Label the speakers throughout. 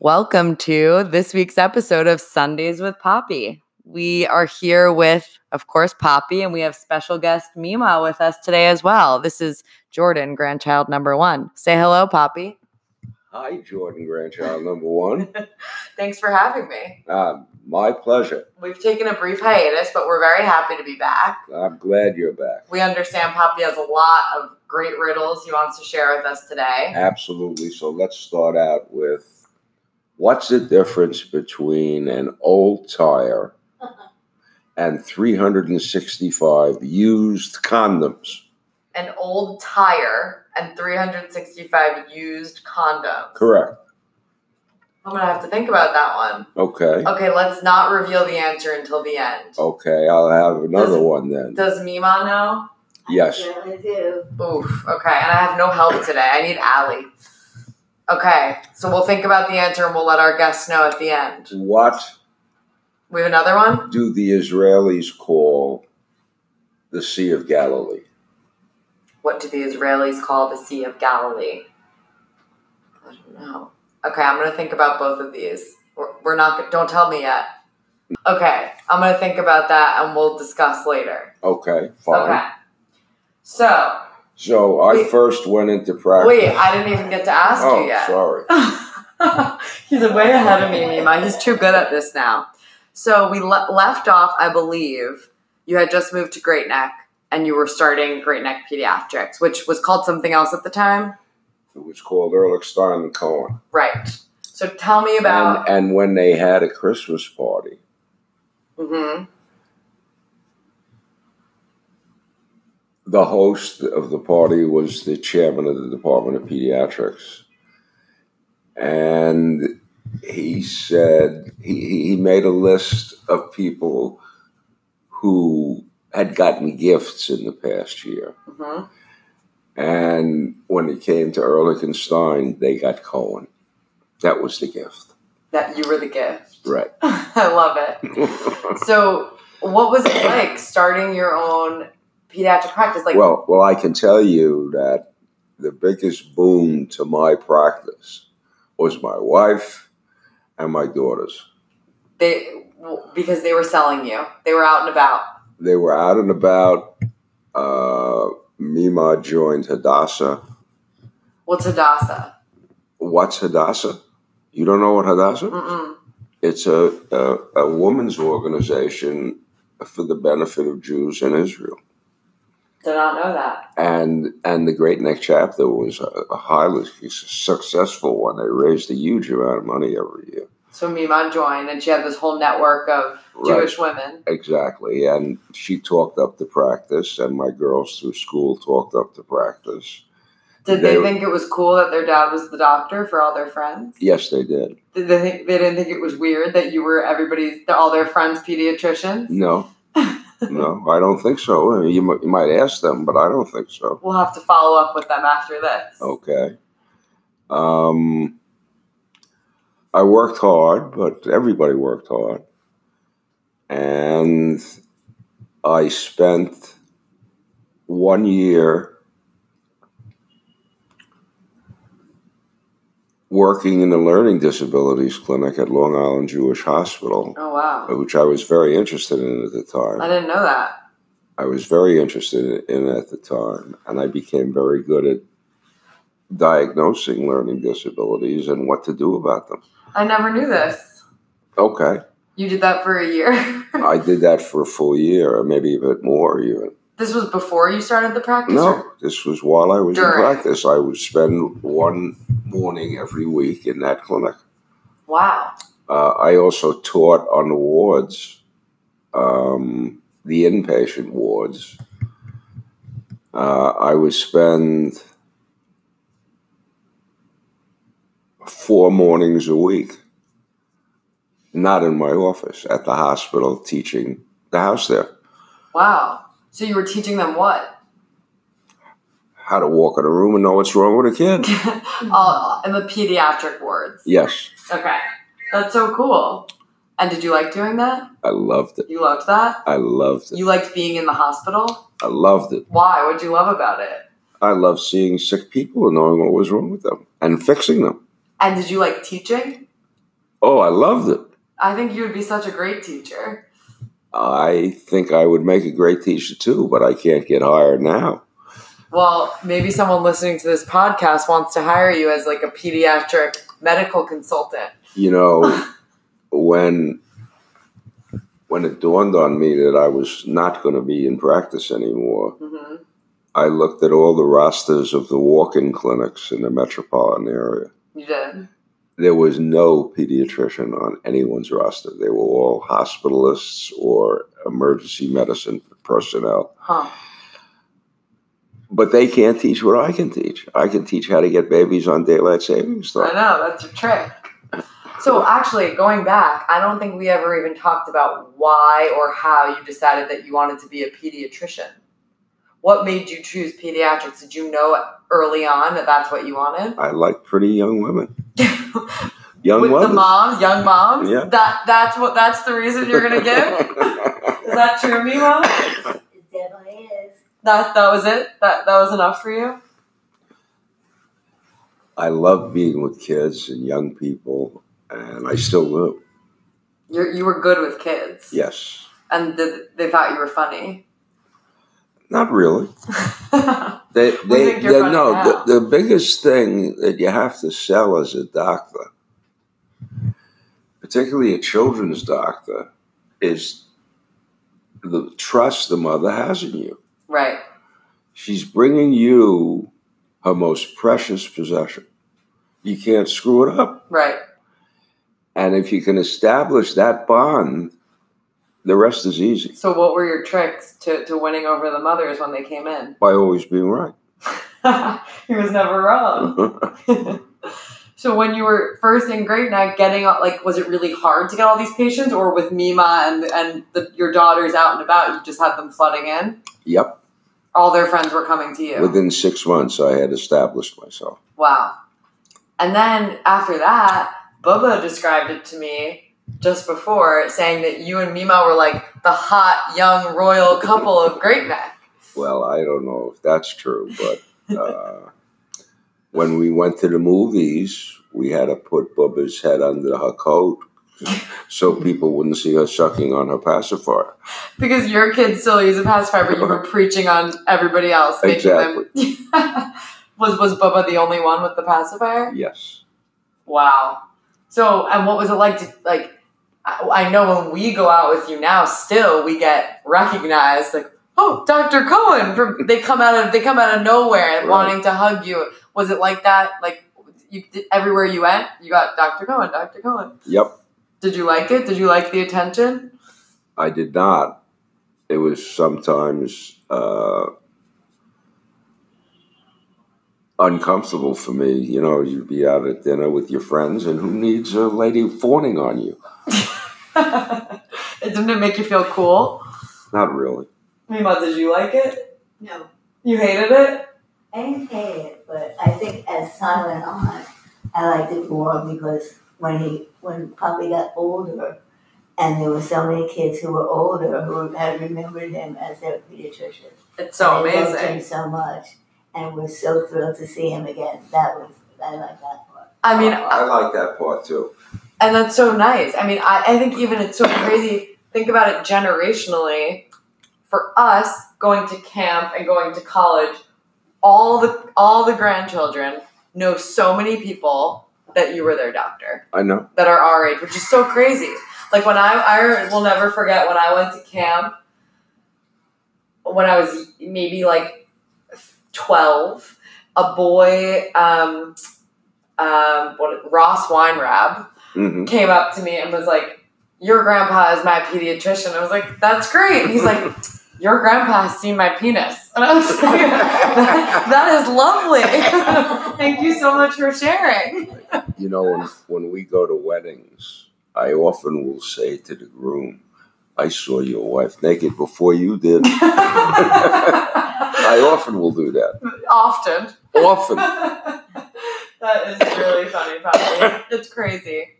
Speaker 1: Welcome to this week's episode of Sundays with Poppy. We are here with, of course, Poppy, and we have special guest Mima with us today as well. This is Jordan, grandchild number one. Say hello, Poppy.
Speaker 2: Hi, Jordan Grandchild, number one.
Speaker 1: Thanks for having me.
Speaker 2: Uh, my pleasure.
Speaker 1: We've taken a brief hiatus, but we're very happy to be back.
Speaker 2: I'm glad you're back.
Speaker 1: We understand Poppy has a lot of great riddles he wants to share with us today.
Speaker 2: Absolutely. So let's start out with what's the difference between an old tire and 365 used condoms?
Speaker 1: An old tire and 365 used condoms.
Speaker 2: Correct.
Speaker 1: I'm going to have to think about that one.
Speaker 2: Okay.
Speaker 1: Okay, let's not reveal the answer until the end.
Speaker 2: Oh. Okay, I'll have another
Speaker 1: Does-
Speaker 2: one then.
Speaker 1: Does Mima know?
Speaker 2: Yes.
Speaker 3: I really do.
Speaker 1: Oof. Okay. And I have no help today. I need Allie. Okay. So we'll think about the answer and we'll let our guests know at the end.
Speaker 2: What
Speaker 1: We have another one?
Speaker 2: do the Israelis call the Sea of Galilee?
Speaker 1: What do the Israelis call the Sea of Galilee? I don't know. Okay. I'm going to think about both of these. We're, we're not, go- don't tell me yet. Okay. I'm going to think about that and we'll discuss later.
Speaker 2: Okay, fine.
Speaker 1: Okay. So,
Speaker 2: So I
Speaker 1: Wait.
Speaker 2: first went into practice.
Speaker 1: wait, I didn't even get to ask you
Speaker 2: oh,
Speaker 1: yet.
Speaker 2: sorry.
Speaker 1: He's way ahead of me, Mima. He's too good at this now. So we le- left off, I believe, you had just moved to Great Neck and you were starting Great Neck Pediatrics, which was called something else at the time.
Speaker 2: It was called Ehrlichstein and Cohen.
Speaker 1: Right. So tell me
Speaker 2: And,
Speaker 1: about.
Speaker 2: and when they had a Christmas party,
Speaker 1: hmm
Speaker 2: the host of the party was the chairman of the Department of Pediatrics. And he said, he, he- he made a list of people who had gotten gifts in the past year.
Speaker 1: hmm
Speaker 2: And when it came to Ehrlichstein, they got Cohen. That was the gift.
Speaker 1: That you were the gift.
Speaker 2: Right.
Speaker 1: I love it. So, what was it like starting your own pediatric practice? Like,
Speaker 2: well, well, I can tell you that the biggest boon to my practice was my wife and my daughters.
Speaker 1: they because they were selling you, they were out and about.
Speaker 2: They were out and about. Uh, Mima joined Hadassah.
Speaker 1: What's Hadassah?
Speaker 2: What's Hadassah? You don't know what Hadassah?
Speaker 1: Mm-mm.
Speaker 2: It's a, a, a woman's organization for the benefit of Jews in Israel.
Speaker 1: Did not know that.
Speaker 2: and and the Great Neck chapter was a, a highly su- successful one. They raised a huge amount of money every year.
Speaker 1: So Mima joined, and she had this whole network of
Speaker 2: Right.
Speaker 1: Jewish women.
Speaker 2: Exactly, and she talked up the practice, and my girls through school talked up the practice.
Speaker 1: Did they,
Speaker 2: They-
Speaker 1: think it was cool that their dad was the doctor for all their friends?
Speaker 2: Yes, they did.
Speaker 1: Did they think they didn't think it was weird that you were everybody's that all their friends pediatricians?
Speaker 2: No, no, I don't think so. I mean, you, mi- you might ask them, but I don't think so.
Speaker 1: We'll have to follow up with them after this.
Speaker 2: Okay. Um, I worked hard, but everybody worked hard. And I spent one year working in the learning disabilities clinic at Long Island Jewish Hospital,
Speaker 1: Oh wow,
Speaker 2: which I was very interested in at the
Speaker 1: I
Speaker 2: time.
Speaker 1: didn't know that.
Speaker 2: I was very interested in at the time, and I became very good at diagnosing learning disabilities and what to do about them.
Speaker 1: I never knew this.
Speaker 2: Okay,
Speaker 1: You did that for a year.
Speaker 2: I did that for a full year, or maybe a bit more even.
Speaker 1: this was before you started the practice.
Speaker 2: No,
Speaker 1: or-
Speaker 2: this was while I was
Speaker 1: During.
Speaker 2: in practice. I would spend one morning every week in that clinic.
Speaker 1: Wow.
Speaker 2: Uh, I also taught on the wards, um, the inpatient wards. Uh, I would spend four mornings a week, not in my office, at the hospital teaching the house there
Speaker 1: Wow. So you were teaching them what?
Speaker 2: how to walk in a room and know what's wrong with a kid.
Speaker 1: all in the pediatric wards.
Speaker 2: Yes,
Speaker 1: Okay. That's so cool. And did you like doing that?
Speaker 2: I loved it.
Speaker 1: You loved that?
Speaker 2: I loved it.
Speaker 1: You liked being in the hospital?
Speaker 2: I loved it.
Speaker 1: Why? What'd you love about it?
Speaker 2: I loved seeing sick people and knowing what was wrong with them and fixing them.
Speaker 1: And did you like teaching?
Speaker 2: Oh, I loved it.
Speaker 1: I think you would be such a great teacher.
Speaker 2: I think I would make a great teacher too, but I can't get hired now.
Speaker 1: Well, maybe someone listening to this podcast wants to hire you as like a pediatric medical consultant.
Speaker 2: You know, when when it dawned on me that I was not going to be in practice anymore,
Speaker 1: Mhm.
Speaker 2: I looked at all the rosters of the walk-in clinics in the metropolitan area.
Speaker 1: You did.
Speaker 2: There was no pediatrician on anyone's roster. They were all hospitalists or emergency medicine personnel.
Speaker 1: Huh.
Speaker 2: But they can't teach what I can teach. I can teach how to get babies on daylight savings
Speaker 1: I
Speaker 2: time.
Speaker 1: know, that's your trick. So actually, going back, I don't think we ever even talked about why or how you decided that you wanted to be a pediatrician. What made you choose pediatrics? Did you know early on that that's what you wanted?
Speaker 2: I like pretty young women. Young
Speaker 1: With
Speaker 2: mothers.
Speaker 1: the moms, young moms,
Speaker 2: Yeah.
Speaker 1: that that's what that's the reason you're gonna give. Is that true, Mima?
Speaker 3: It definitely is.
Speaker 1: That that was it. That that was enough for you.
Speaker 2: I love being with kids and young people, and I still do.
Speaker 1: You you were good with kids.
Speaker 2: Yes.
Speaker 1: And th- they thought you were funny.
Speaker 2: Not really. They, they,
Speaker 1: We think you're
Speaker 2: they-
Speaker 1: funny
Speaker 2: no,
Speaker 1: now.
Speaker 2: the, the biggest thing that you have to sell as a doctor, particularly a children's doctor, is the trust the mother has in you.
Speaker 1: right.
Speaker 2: She's bringing you her most precious possession. You can't screw it up.
Speaker 1: Right.
Speaker 2: And if you can establish that bond, the rest is easy
Speaker 1: So what were your tricks to, to winning over the mothers when they came in?
Speaker 2: by always being right.
Speaker 1: he was never wrong. so when you were first in grade night getting all- like was it really hard to get all these patients or with Mima and and the, your daughters out and about you just had them flooding in?
Speaker 2: yep.
Speaker 1: All their friends were coming to you.
Speaker 2: Within six months, I had established myself.
Speaker 1: Wow. And then after that, Bubba described it to me just before, saying that you and Mima were like the hot young royal couple of Great Neck.
Speaker 2: Well, I don't know if that's true, but uh, when we went to the movies, we had to put Bubba's head under her coat so people wouldn't see her sucking on her pacifier.
Speaker 1: Because your kids still use a pacifier, but you were preaching on everybody else, making them. was was Bubba the only one with the pacifier?
Speaker 2: Yes.
Speaker 1: Wow. So, and what was it like to like? I I know when we go out with you now, still we get recognized like, oh, Dr. Cohen. From they come out of they come out of nowhere and
Speaker 2: Right.
Speaker 1: wanting to hug you. Was it like that? Like, you did, everywhere you went, you got Dr. Cohen, Dr. Cohen.
Speaker 2: Yep.
Speaker 1: Did you like it? Did you like the attention?
Speaker 2: I did not. It was sometimes uh, uncomfortable for me. You know, you'd be out at dinner with your friends, and who needs a lady fawning on you?
Speaker 1: It didn't it make you feel cool?
Speaker 2: Not really.
Speaker 1: Mima, did you like it?
Speaker 3: No,
Speaker 1: You hated it.
Speaker 3: I didn't hate it, but I think as time went on, I liked it more because when he when Poppy got older, and there were so many kids who were older who had remembered him as their pediatrician.
Speaker 1: It's so
Speaker 3: And they loved him
Speaker 1: amazing.
Speaker 3: so much, and were so thrilled to see him again. That was I like that part.
Speaker 1: I mean,
Speaker 2: I like that part too.
Speaker 1: And that's so nice. I mean, I, I think even it's so crazy. Think about it generationally. For us, going to camp and going to college, all the all the grandchildren know so many people that you were their doctor
Speaker 2: I know.
Speaker 1: that are our age, which is so crazy. Like when I I will never forget when I went to camp when I was maybe like twelve, a boy um, um, what, Ross Weinrab
Speaker 2: hmm
Speaker 1: came up to me and was like, "Your grandpa is my pediatrician." I was like, "That's great." And he's like, "Your grandpa has seen my penis," and I was like, "That- "That is lovely. Thank you so much for sharing."
Speaker 2: You know, when, when we go to weddings, I often will say to the groom, I saw your wife naked before you did. I often will do that.
Speaker 1: Often,
Speaker 2: Often.
Speaker 1: that is really funny, Poppy. It's crazy.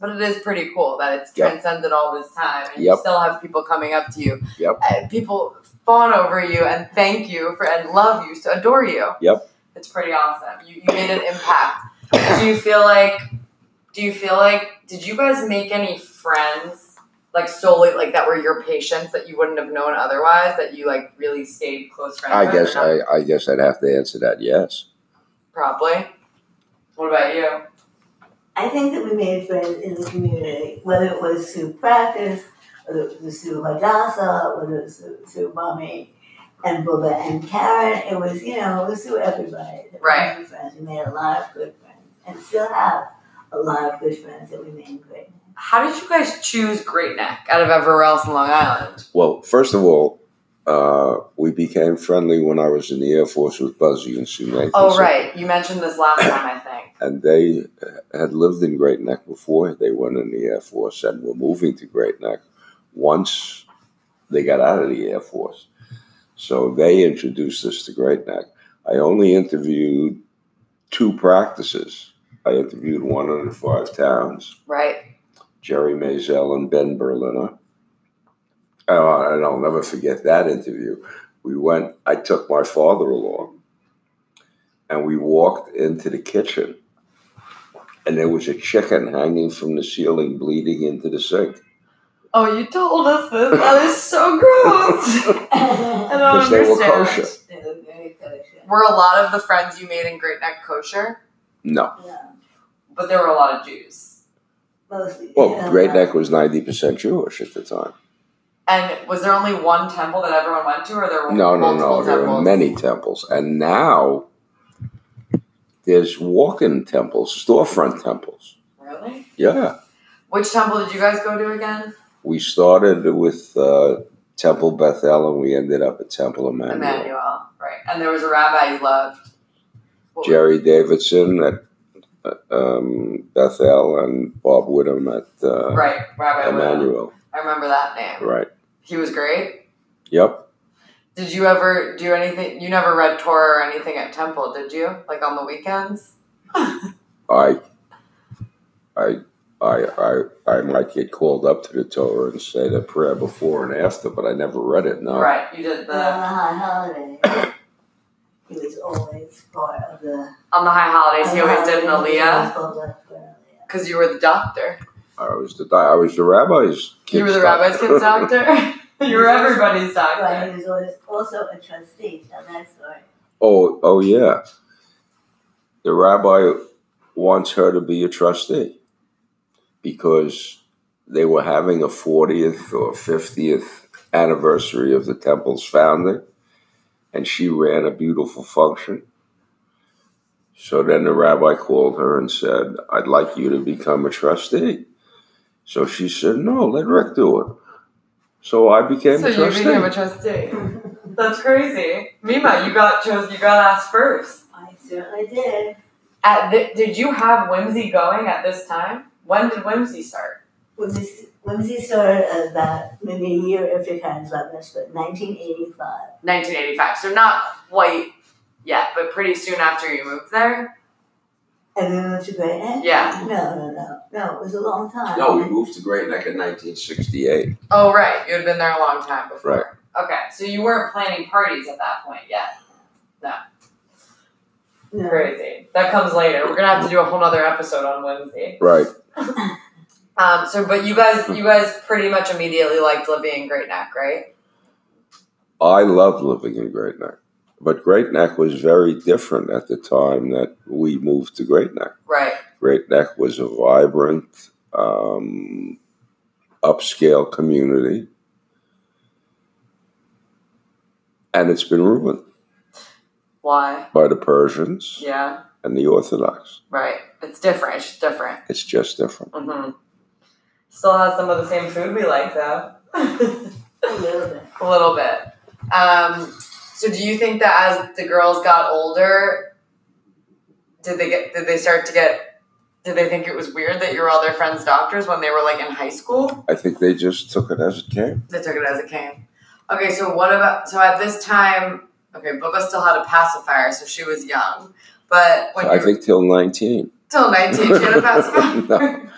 Speaker 1: But it is pretty cool that it's
Speaker 2: Yep.
Speaker 1: transcended all this time, and you
Speaker 2: Yep.
Speaker 1: still have people coming up to you.
Speaker 2: Yep.
Speaker 1: And people fawn over you and thank you for and love you, so adore you.
Speaker 2: Yep.
Speaker 1: It's pretty awesome. You, you made an impact. Do you feel like Do you feel like did you guys make any friends like solely like that were your patients that you wouldn't have known otherwise that you like really stayed close friends?
Speaker 2: I
Speaker 1: with?
Speaker 2: guess I, I guess I'd have to answer that yes.
Speaker 1: probably. What about you?
Speaker 3: I think that we made friends in the community, whether it was through practice, whether it was through Hadassah, whether it was through, through Mommy and Bubba and Karen. It was, you know, it was through everybody. that we
Speaker 1: Right.
Speaker 3: made friends. We made a lot of good friends and still have a lot of good friends that we made in Great Neck.
Speaker 1: How did you guys choose Great Neck out of everywhere else in Long Island?
Speaker 2: Well, first of all, uh, we became friendly when I was in the Air Force with Buzzy and Sue Nathanson.
Speaker 1: Oh right, you mentioned this last time I think.
Speaker 2: And they uh, had lived in Great Neck before. They went in the Air Force and were moving to Great Neck once they got out of the Air Force. So they introduced us to Great Neck. I only interviewed two practices. I interviewed one of the five towns.
Speaker 1: Right.
Speaker 2: Jerry Mazel and Ben Berliner. Oh, and I'll never forget that interview. We went, I took my father along and we walked into the kitchen and there was a chicken hanging from the ceiling bleeding into the sink.
Speaker 1: Oh, you told us this. That is so gross. I don't
Speaker 2: Because they were
Speaker 1: understand.
Speaker 2: kosher.
Speaker 3: They were very kosher.
Speaker 1: Were a lot of the friends you made in Great Neck kosher?
Speaker 2: No.
Speaker 3: Yeah,
Speaker 1: But there were a lot of Jews.
Speaker 3: mostly.
Speaker 2: Well,
Speaker 3: yeah.
Speaker 2: Great Neck was 90% Jewish at the time.
Speaker 1: And was there only one temple that everyone went to, or there were
Speaker 2: No, no,
Speaker 1: Oh, multiple
Speaker 2: no. There
Speaker 1: temples?
Speaker 2: are many temples. And now there's walk in temples, storefront temples.
Speaker 1: Really?
Speaker 2: Yeah.
Speaker 1: Which temple did you guys go to again?
Speaker 2: we started with uh, Temple Bethel and we ended up at Temple Emmanuel.
Speaker 1: Emmanuel, right? And there was a rabbi you loved. What was-
Speaker 2: Jerry Davidson at uh, um, Bethel and Bob Woodham at uh,
Speaker 1: right, Rabbi Wood.
Speaker 2: Emmanuel.
Speaker 1: I remember that name.
Speaker 2: Right.
Speaker 1: He was great.
Speaker 2: Yep.
Speaker 1: Did you ever do anything? You never read Torah or anything at temple, did you? Like on the weekends?
Speaker 2: I, I, I, I, I might get called up to the Torah and say the prayer before and after, but I never read it. No.
Speaker 1: Right, you did
Speaker 3: But
Speaker 1: the.
Speaker 3: on the high holiday, he was always part of the.
Speaker 1: On the high holidays, he always did an Aliyah
Speaker 3: Aliyah.
Speaker 1: because you were the doctor.
Speaker 2: I was the di- I was the rabbi's.
Speaker 1: you were
Speaker 2: kid's
Speaker 1: the rabbi's
Speaker 2: doctor.
Speaker 1: kid's doctor. you were everybody's
Speaker 3: Right,
Speaker 1: doctor.
Speaker 3: he was always also a trustee. Now that's all right.
Speaker 2: Oh, oh yeah. The rabbi wants her to be a trustee because they were having a 40th or 50th anniversary of the temple's founding, and she ran a beautiful function. So then the rabbi called her and said, I'd like you to become a trustee. So she said, No, let Rick do it. So I became
Speaker 1: So
Speaker 2: a
Speaker 1: you
Speaker 2: trustee.
Speaker 1: became a trustee. That's crazy, Mima. You got chose. You got asked first.
Speaker 3: I certainly did.
Speaker 1: At thi- did you have Whimsy going at this time? When did Whimsy start?
Speaker 3: Whimsy, Whimsy started about maybe a year after Karen's left us, but 1985.
Speaker 1: 1985. So not quite yet, but pretty soon after you moved there.
Speaker 3: And then went to Great Neck?
Speaker 1: Yeah.
Speaker 3: No, no, no. No, it was a long time.
Speaker 2: No, we moved to Great Neck in 1968.
Speaker 1: Oh right, you had been there a long time before.
Speaker 2: Right.
Speaker 1: Okay, so you weren't planning parties at that point yet.
Speaker 3: No.
Speaker 1: Crazy. That comes later. We're gonna have to do a whole nother episode on Whimsy.
Speaker 2: Right.
Speaker 1: Um, so, but you guys, you guys pretty much immediately liked living in Great Neck, right?
Speaker 2: I loved living in Great Neck. But Great Neck was very different at the time that we moved to Great Neck.
Speaker 1: Right.
Speaker 2: Great Neck was a vibrant, um, upscale community. And it's been ruined
Speaker 1: Why?
Speaker 2: by the Persians
Speaker 1: Yeah.
Speaker 2: and the Orthodox.
Speaker 1: Right. It's different. It's just different.
Speaker 2: It's just different.
Speaker 1: Mm-hmm. Still has some of the same food we like, though. a
Speaker 3: A little bit.
Speaker 1: little bit. Um, so, do you think that as the girls got older, did they get? Did they start to get? Did they think it was weird that you were all their friends' doctors when they were like in high school?
Speaker 2: I think they just took it as it came.
Speaker 1: They took it as it came. Okay, so what about so at this time? Okay, Bubba still had a pacifier, so she was young. But when
Speaker 2: I
Speaker 1: you
Speaker 2: think till 19.
Speaker 1: till nineteen, she had a pacifier.
Speaker 2: No.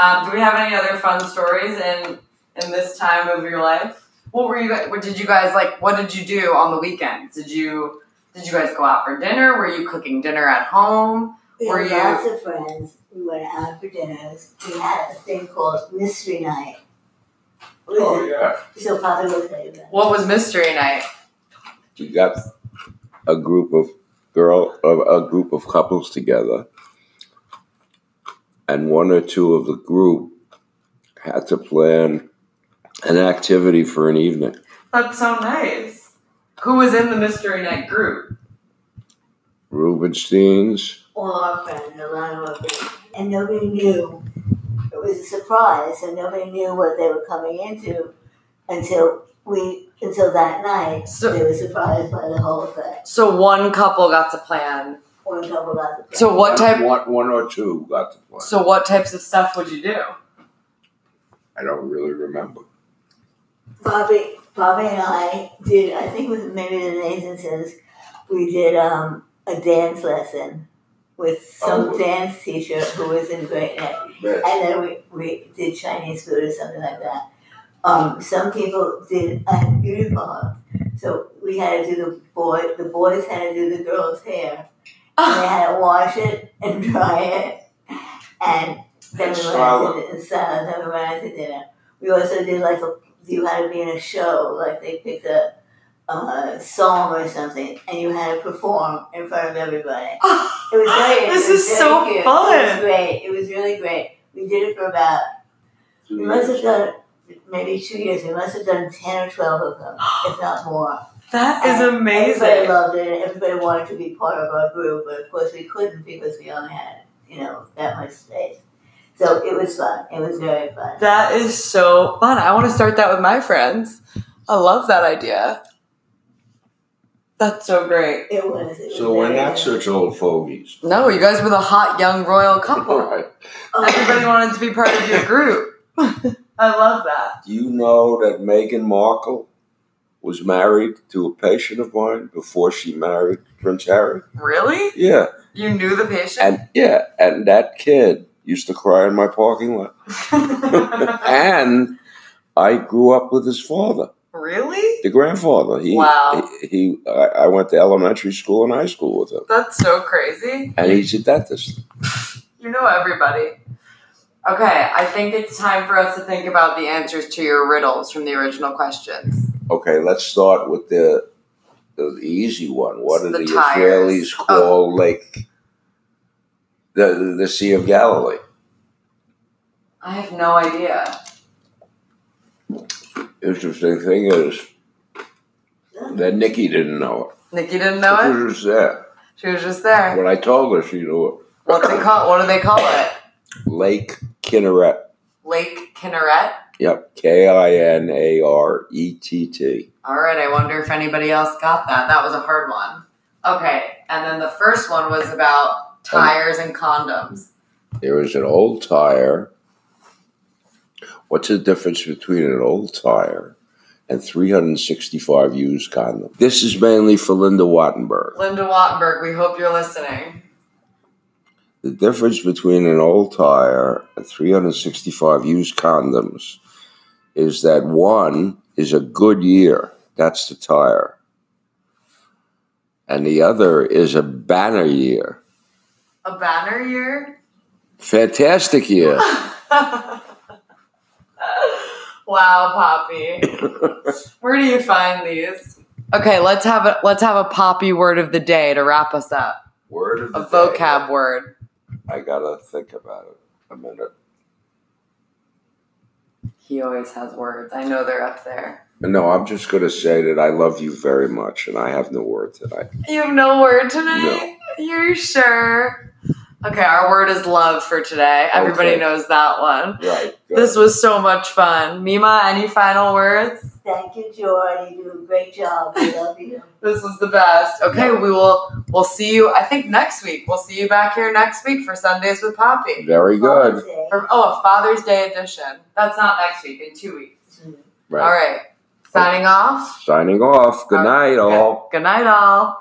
Speaker 1: um, do we have any other fun stories in in this time of your life? What were you? guys- What did you guys like? What did you do on the weekends? Did you did you guys go out for dinner? Were you cooking dinner at home?
Speaker 3: We
Speaker 1: Were
Speaker 3: had
Speaker 1: you-
Speaker 3: lots of friends. We went out for dinners. We had a thing called mystery night.
Speaker 2: Oh yeah,
Speaker 3: So Papa would play with us.
Speaker 1: What was mystery night?
Speaker 2: you got a group of girl of a group of couples together, and one or two of the group had to plan an activity for an evening.
Speaker 1: That's so nice. Who was in the mystery night group?
Speaker 2: Rubenstein's.
Speaker 3: All our friends, a lot of our friends. And nobody knew. It was a surprise, and nobody knew what they were coming into until we until that night.
Speaker 1: So-
Speaker 3: they were surprised by the whole thing.
Speaker 1: So one couple got to plan.
Speaker 3: One couple got the
Speaker 1: So what type?
Speaker 2: One, one or two got the plan.
Speaker 1: So what types of stuff would you do?
Speaker 2: I don't really remember.
Speaker 3: Bobby, Bobby and I did. I think it was maybe the Nathansons. We did um, a dance lesson with some
Speaker 2: Oh.
Speaker 3: dance teacher who was in great night, and then we, we did Chinese food or something like that. Um, some people did a beauty parlor, so we had to do the boy. The boys had to do the girls' hair. And they had to wash it and dry it, and then
Speaker 2: And
Speaker 3: we went
Speaker 2: style
Speaker 3: out to dinner. Style, it, then we went out to dinner. We also did like a you had to be in a show, like they picked a, a song or something, and you had to perform in front of everybody. It was great.
Speaker 1: This
Speaker 3: It was
Speaker 1: is
Speaker 3: very
Speaker 1: so
Speaker 3: cute. It
Speaker 1: fun.
Speaker 3: was great. It was really great. We did it for about we must have done maybe two years. We must have done ten or twelve of them, if not more.
Speaker 1: That is
Speaker 3: Everybody
Speaker 1: amazing.
Speaker 3: loved it. and Everybody wanted to be part of our group, but of course we couldn't because we only had you know that much space. So it was fun. It was very fun.
Speaker 1: That is so fun. I want to start that with my friends. I love that idea. That's so great.
Speaker 3: it was. It was
Speaker 2: So we're
Speaker 3: very
Speaker 2: not
Speaker 3: good.
Speaker 2: such old fogies.
Speaker 1: No, you guys were the hot young royal
Speaker 2: All
Speaker 1: couple.
Speaker 2: right.
Speaker 3: Oh,
Speaker 1: Everybody wanted to be part of your group. I love that.
Speaker 2: Do you know that Meghan Markle was married to a patient of mine before she married Prince Harry?
Speaker 1: Really?
Speaker 2: Yeah.
Speaker 1: You knew the patient?
Speaker 2: And yeah, and that kid used to cry in my parking lot. and I grew up with his father,
Speaker 1: really?
Speaker 2: the grandfather. He,
Speaker 1: Wow.
Speaker 2: He, he I, I went to elementary school and high school with him,
Speaker 1: That's so crazy.
Speaker 2: and he's a dentist.
Speaker 1: You know everybody. Okay, I think it's time for us to think about the answers to your riddles from the original questions.
Speaker 2: Okay, let's start with the the, the easy one. What do
Speaker 1: The
Speaker 2: the,
Speaker 1: tires. Oh.
Speaker 2: Israelis call Lake the, the the Sea of Galilee?
Speaker 1: I have no idea.
Speaker 2: Interesting thing is
Speaker 3: Oh,
Speaker 2: that Nikki didn't know
Speaker 1: Nikki didn't
Speaker 2: it.
Speaker 1: know it?
Speaker 2: She was just there.
Speaker 1: She was just there.
Speaker 2: When I told her, she knew
Speaker 1: What's it called? What do they call it?
Speaker 2: it. Lake Kinneret.
Speaker 1: Lake Kinneret?
Speaker 2: Yep, K I N A R E T T.
Speaker 1: All right, I wonder if anybody else got that. That was a hard one. Okay, and then the first one was about tires and condoms.
Speaker 2: There is an old tire. What's the difference between an old tire and 365 used condom? This is mainly for Linda Wattenberg.
Speaker 1: Linda Wattenberg, we hope you're listening.
Speaker 2: The difference between an old tire and 365 used condoms is that one is a good year. That's the tire. And the other is a banner year.
Speaker 1: A banner year?
Speaker 2: Fantastic year.
Speaker 1: wow, Poppy. Where do you find these? Okay, let's have a let's have a Poppy word of the day to wrap us up.
Speaker 2: Word of
Speaker 1: A
Speaker 2: the day.
Speaker 1: vocab word.
Speaker 2: I gotta think about it a minute.
Speaker 1: He always has words. I know they're up there.
Speaker 2: No, I'm just gonna say that I love you very much, and I have no word tonight.
Speaker 1: You have no word tonight? You're sure? Okay, our word is love for today. Everybody
Speaker 2: Okay.
Speaker 1: knows that one.
Speaker 2: Right. good.
Speaker 1: This was so much fun. Mima, any final words?
Speaker 3: Thank you, George. You do a great job. We love you.
Speaker 1: This was the best. Okay, we will we'll see you I think next week. We'll see you back here next week for Sundays with Poppy.
Speaker 2: very good.
Speaker 3: Say.
Speaker 1: Or, oh, a Father's Day edition. That's not next week, in two weeks.
Speaker 2: Right.
Speaker 1: All right. Signing off.
Speaker 2: Signing off. Good
Speaker 1: All right.
Speaker 2: night, all.
Speaker 1: Good night all.